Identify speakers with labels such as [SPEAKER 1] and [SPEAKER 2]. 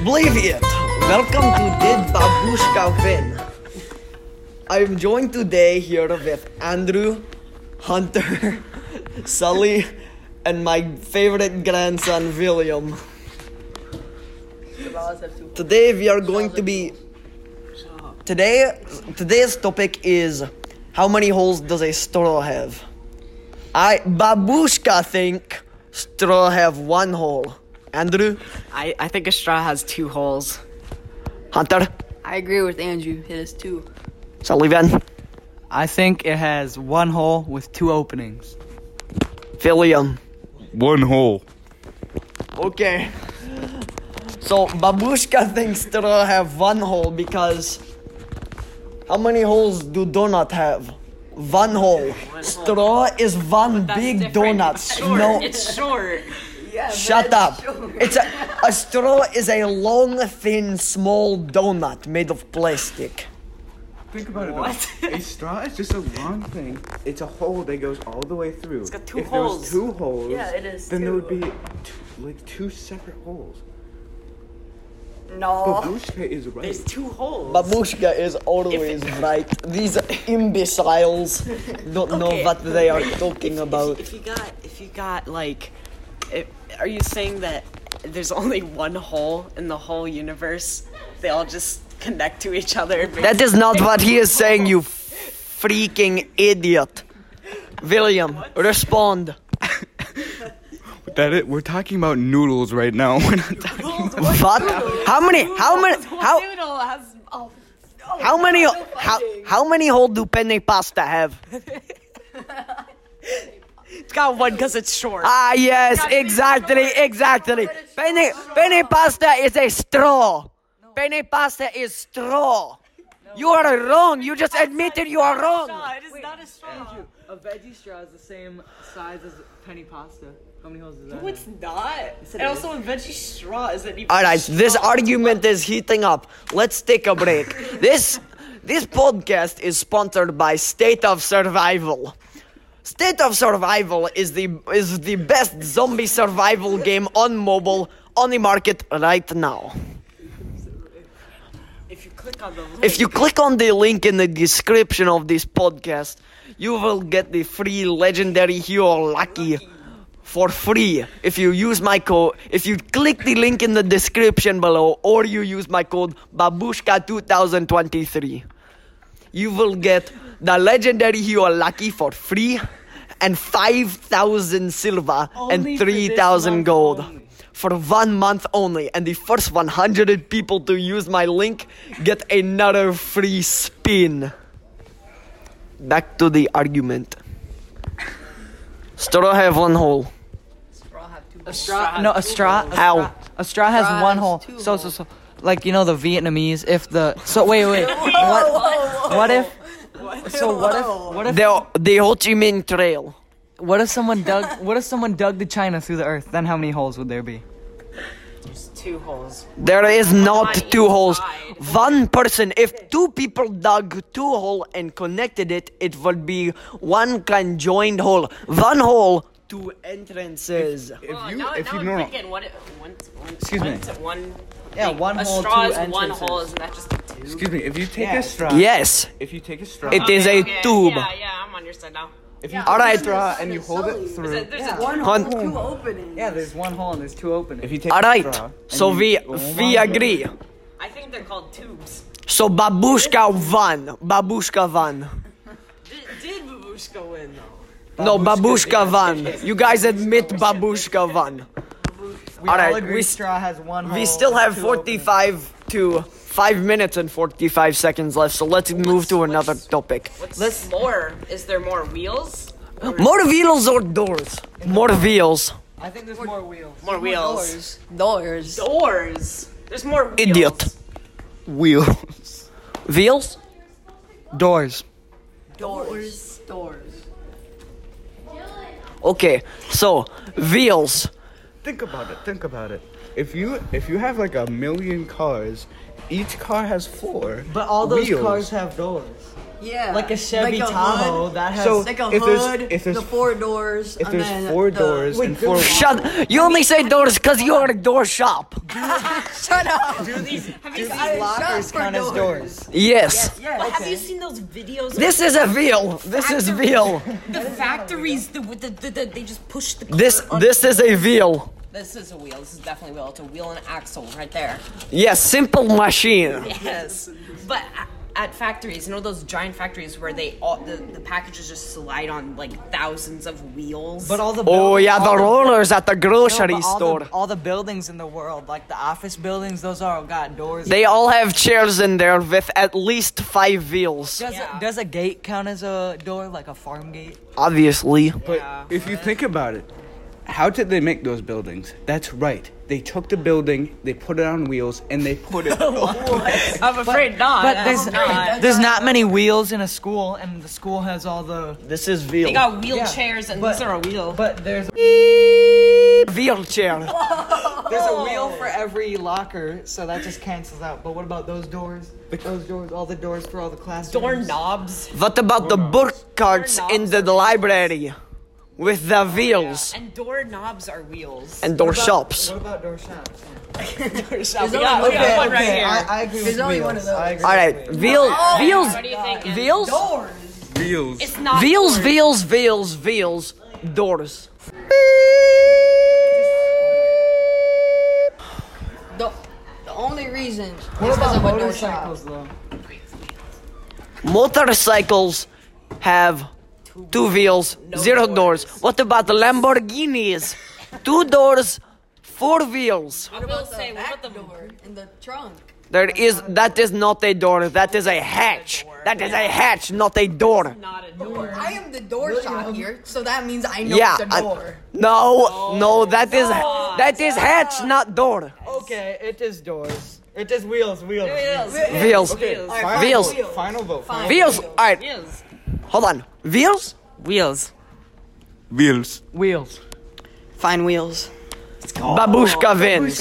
[SPEAKER 1] Obliviate! Welcome to Did Babushka Win? I'm joined today here with Andrew, Hunter, Sully, and my favorite grandson William. Today we are going to be Today today's topic is how many holes does a straw have? I babushka think straw have one hole. Andrew,
[SPEAKER 2] I, I think a straw has two holes.
[SPEAKER 1] Hunter,
[SPEAKER 3] I agree with Andrew. It is two.
[SPEAKER 1] Sullivan,
[SPEAKER 4] I think it has one hole with two openings.
[SPEAKER 1] William.
[SPEAKER 5] One hole.
[SPEAKER 1] Okay. So babushka thinks straw have one hole because how many holes do donut have? One hole. straw is one big donut. No,
[SPEAKER 2] short.
[SPEAKER 1] Shut up. It's a, a straw is a long, thin, small donut made of plastic.
[SPEAKER 6] Think about it. Though. A straw is just a long thing. It's a hole that goes all the way through. It's
[SPEAKER 2] got two
[SPEAKER 6] if
[SPEAKER 2] holes.
[SPEAKER 6] There was two holes.
[SPEAKER 3] Yeah, it is
[SPEAKER 6] Then there would
[SPEAKER 3] two.
[SPEAKER 6] be two, like two separate holes.
[SPEAKER 3] No.
[SPEAKER 6] Babushka is right.
[SPEAKER 2] There's two holes.
[SPEAKER 1] Babushka is always right. These imbeciles don't know
[SPEAKER 2] Okay.
[SPEAKER 1] what they are talking about.
[SPEAKER 2] If, if you got, if you got like, if, are you saying that there's only one hole in the whole universe? They all just connect to each other.
[SPEAKER 1] That is not what he is saying, you freaking idiot. William, respond.
[SPEAKER 5] That it? We're talking about noodles right now. We're not talking.
[SPEAKER 1] What? How many? How many? How?
[SPEAKER 3] Noodle has. Oh.
[SPEAKER 1] How many? How? How many hole do penne pasta have?
[SPEAKER 2] It's got one because it's short.
[SPEAKER 1] Ah yes, exactly, exactly. Penne, penne pasta is a straw. Penne pasta is straw. You are wrong. You just admitted you are wrong.
[SPEAKER 2] it is not a straw.
[SPEAKER 4] A veggie straw is the same size as penny pasta. How many holes does that
[SPEAKER 2] No, it's not. and also, a veggie straw isn't even.
[SPEAKER 1] All right, this argument is heating up. Let's take a break. This this podcast is sponsored by State of Survival. State of Survival is the is the best zombie survival game on mobile on the market right now.
[SPEAKER 2] If you click on the link,
[SPEAKER 1] If you click on the link in the description of this podcast, you will get the free legendary hero Lucky for free if you use my code. If you click the link in the description below or you use my code Babushka2023, you will get the legendary hero Lucky for free and 5,000 silver
[SPEAKER 4] Only
[SPEAKER 1] and
[SPEAKER 4] for this
[SPEAKER 1] 3,000
[SPEAKER 4] month
[SPEAKER 1] gold
[SPEAKER 4] only.
[SPEAKER 1] for one month only, and the first 100 people to use my link get another free spin. Back to the argument. Straw have one hole.
[SPEAKER 4] A straw? Uh, No, a straw. a
[SPEAKER 1] How?
[SPEAKER 4] straw- A straw has
[SPEAKER 3] Straw
[SPEAKER 4] one
[SPEAKER 3] has
[SPEAKER 4] hole.
[SPEAKER 3] two
[SPEAKER 4] So so so. Like you know the Vietnamese, if the so wait wait. what, what if? So what if? What if?
[SPEAKER 1] The, the Ho Chi Minh Trail.
[SPEAKER 4] What if someone dug? What if someone dug the China through the earth? Then how many holes would there be?
[SPEAKER 2] there's two holes.
[SPEAKER 1] There is not
[SPEAKER 2] On
[SPEAKER 1] two
[SPEAKER 2] each
[SPEAKER 1] holes.
[SPEAKER 2] side.
[SPEAKER 1] One person, if two people dug two hole and connected it, it would be one conjoined hole. One hole, two entrances.
[SPEAKER 5] If you, if you normal,
[SPEAKER 2] what
[SPEAKER 5] Excuse me. when's
[SPEAKER 2] One,
[SPEAKER 4] Yeah, thing- one a hole, straw two is one entrances. hole,
[SPEAKER 2] isn't that just a two?
[SPEAKER 6] Excuse me. If you take a straw.
[SPEAKER 1] Yes,
[SPEAKER 6] If you take a straw.
[SPEAKER 1] it is a tube.
[SPEAKER 2] yeah, I'm on your side now.
[SPEAKER 6] If you
[SPEAKER 1] All
[SPEAKER 6] take
[SPEAKER 1] right.
[SPEAKER 6] a straw and you hold it through.
[SPEAKER 1] Hun-
[SPEAKER 3] Two openings.
[SPEAKER 4] Yeah, there's one hole and there's two
[SPEAKER 6] If
[SPEAKER 4] openings.
[SPEAKER 6] you take
[SPEAKER 1] All
[SPEAKER 6] a
[SPEAKER 1] right.
[SPEAKER 6] straw. and
[SPEAKER 1] So
[SPEAKER 6] you-
[SPEAKER 1] we we agree.
[SPEAKER 2] I think they're called tubes.
[SPEAKER 1] So babushka won. Babushka won.
[SPEAKER 2] Did, did Babushka win though?
[SPEAKER 1] No, babushka won. You guys admit babushka won.
[SPEAKER 4] We
[SPEAKER 1] all right,
[SPEAKER 4] all agree
[SPEAKER 1] we-
[SPEAKER 4] straw has one hole.
[SPEAKER 1] We still have
[SPEAKER 4] two openings.
[SPEAKER 1] 45 to 5 minutes and 45 seconds left. So let's move to another topic.
[SPEAKER 2] What's more? Is there more wheels?
[SPEAKER 1] More wheels or doors? More wheels.
[SPEAKER 4] I think there's more wheels.
[SPEAKER 2] More wheels.
[SPEAKER 3] Doors.
[SPEAKER 2] Doors. There's more wheels.
[SPEAKER 1] Idiot.
[SPEAKER 5] wheels.
[SPEAKER 1] Wheels?
[SPEAKER 4] Doors.
[SPEAKER 3] Doors. Doors.
[SPEAKER 1] Okay. So, wheels.
[SPEAKER 6] Think about it. Think about it. If you if you have like a million cars, each car has four.
[SPEAKER 4] But all those
[SPEAKER 6] wheels.
[SPEAKER 4] cars have doors.
[SPEAKER 3] Yeah.
[SPEAKER 7] Like a Chevy
[SPEAKER 3] Like a
[SPEAKER 7] Tahoe
[SPEAKER 3] hood.
[SPEAKER 7] that has.
[SPEAKER 5] So-
[SPEAKER 3] Like a
[SPEAKER 5] If there's-
[SPEAKER 3] hood,
[SPEAKER 5] if there's-
[SPEAKER 3] the four doors.
[SPEAKER 5] If
[SPEAKER 3] and
[SPEAKER 5] there's
[SPEAKER 3] then
[SPEAKER 5] four
[SPEAKER 3] the-
[SPEAKER 5] doors and four
[SPEAKER 1] Shut. You only say doors because you are a door shop.
[SPEAKER 3] Shut up.
[SPEAKER 4] Lockers
[SPEAKER 3] for
[SPEAKER 4] count as doors.
[SPEAKER 1] Yes.
[SPEAKER 3] Yeah.
[SPEAKER 8] Have you seen those videos?
[SPEAKER 1] This is a veal. This is veal.
[SPEAKER 8] of the factories, the, with the, the, the, they just push the.
[SPEAKER 1] This
[SPEAKER 8] cart on-
[SPEAKER 1] this is a veal.
[SPEAKER 8] This is a wheel. This is definitely a wheel. It's a wheel and axle right there.
[SPEAKER 1] Yes, simple machine.
[SPEAKER 8] Yes, but a- at factories, you know those giant factories where they all the, the packages just slide on like thousands of wheels.
[SPEAKER 4] But all the
[SPEAKER 1] Oh
[SPEAKER 4] buildings-
[SPEAKER 1] yeah, the
[SPEAKER 4] all
[SPEAKER 1] rollers at the
[SPEAKER 4] no,
[SPEAKER 1] grocery
[SPEAKER 4] but all the-
[SPEAKER 1] store.
[SPEAKER 4] all the buildings in the world, like the office buildings, those are all got doors.
[SPEAKER 1] They all have chairs in there with at least five wheels.
[SPEAKER 4] does,
[SPEAKER 8] Yeah.
[SPEAKER 4] a, does a gate count as a door, like a farm gate?
[SPEAKER 1] Obviously.
[SPEAKER 5] But if you think about it, how did they make those buildings? That's right. They took the building, they put it on wheels, and they put it.
[SPEAKER 8] I'm afraid not.
[SPEAKER 4] But there's there's not many wheels in a school, and the school has all the.
[SPEAKER 1] This is veal.
[SPEAKER 8] they got wheelchairs and
[SPEAKER 4] but-
[SPEAKER 8] these are a wheel.
[SPEAKER 4] But there's
[SPEAKER 1] veal chair.
[SPEAKER 4] there's a wheel for every locker, so that just cancels out. But what about those doors? Those doors, all the doors for all the classrooms.
[SPEAKER 8] Door knobs
[SPEAKER 1] What about the book carts in the library? With the wheels
[SPEAKER 8] and door knobs are wheels.
[SPEAKER 1] and door shops.
[SPEAKER 4] What about door shops?
[SPEAKER 8] we got, we got one right here.
[SPEAKER 4] I, I agree with
[SPEAKER 3] only
[SPEAKER 4] wheels.
[SPEAKER 3] one of those.
[SPEAKER 4] I agree with
[SPEAKER 1] Alright,
[SPEAKER 4] wheels.
[SPEAKER 1] veal, wheels,
[SPEAKER 8] what do you think? Andy?
[SPEAKER 1] wheels,
[SPEAKER 5] Wheels.
[SPEAKER 8] It's not
[SPEAKER 1] wheels,
[SPEAKER 8] doors.
[SPEAKER 1] wheels, wheels, wheels, doors.
[SPEAKER 3] The, the only reason
[SPEAKER 4] What
[SPEAKER 3] is because
[SPEAKER 4] about
[SPEAKER 3] of a door shop.
[SPEAKER 4] motorcycles though?
[SPEAKER 1] Motorcycles have two wheels, zero doors. What about the Lamborghinis? two doors, four wheels.
[SPEAKER 8] I will say what
[SPEAKER 3] Back
[SPEAKER 8] about the
[SPEAKER 3] door in the trunk.
[SPEAKER 1] There is that is not a door. That is a hatch. That is a hatch, not a door.
[SPEAKER 8] not a door.
[SPEAKER 3] I am the door shop here, so that means I know
[SPEAKER 1] Yeah.
[SPEAKER 3] it's
[SPEAKER 1] I-
[SPEAKER 3] a door.
[SPEAKER 1] no, no, that is that is hatch, not door.
[SPEAKER 4] Okay, it is doors. It is wheels, wheels.
[SPEAKER 1] Wheels,
[SPEAKER 4] Final
[SPEAKER 1] Wheels.
[SPEAKER 4] vote, Final vote. Final.
[SPEAKER 1] wheels. All right,
[SPEAKER 8] Wheels.
[SPEAKER 1] hold on. Wheels.
[SPEAKER 2] Wheels.
[SPEAKER 5] Wheels.
[SPEAKER 4] Wheels.
[SPEAKER 2] Fine wheels.
[SPEAKER 1] Babushka wins.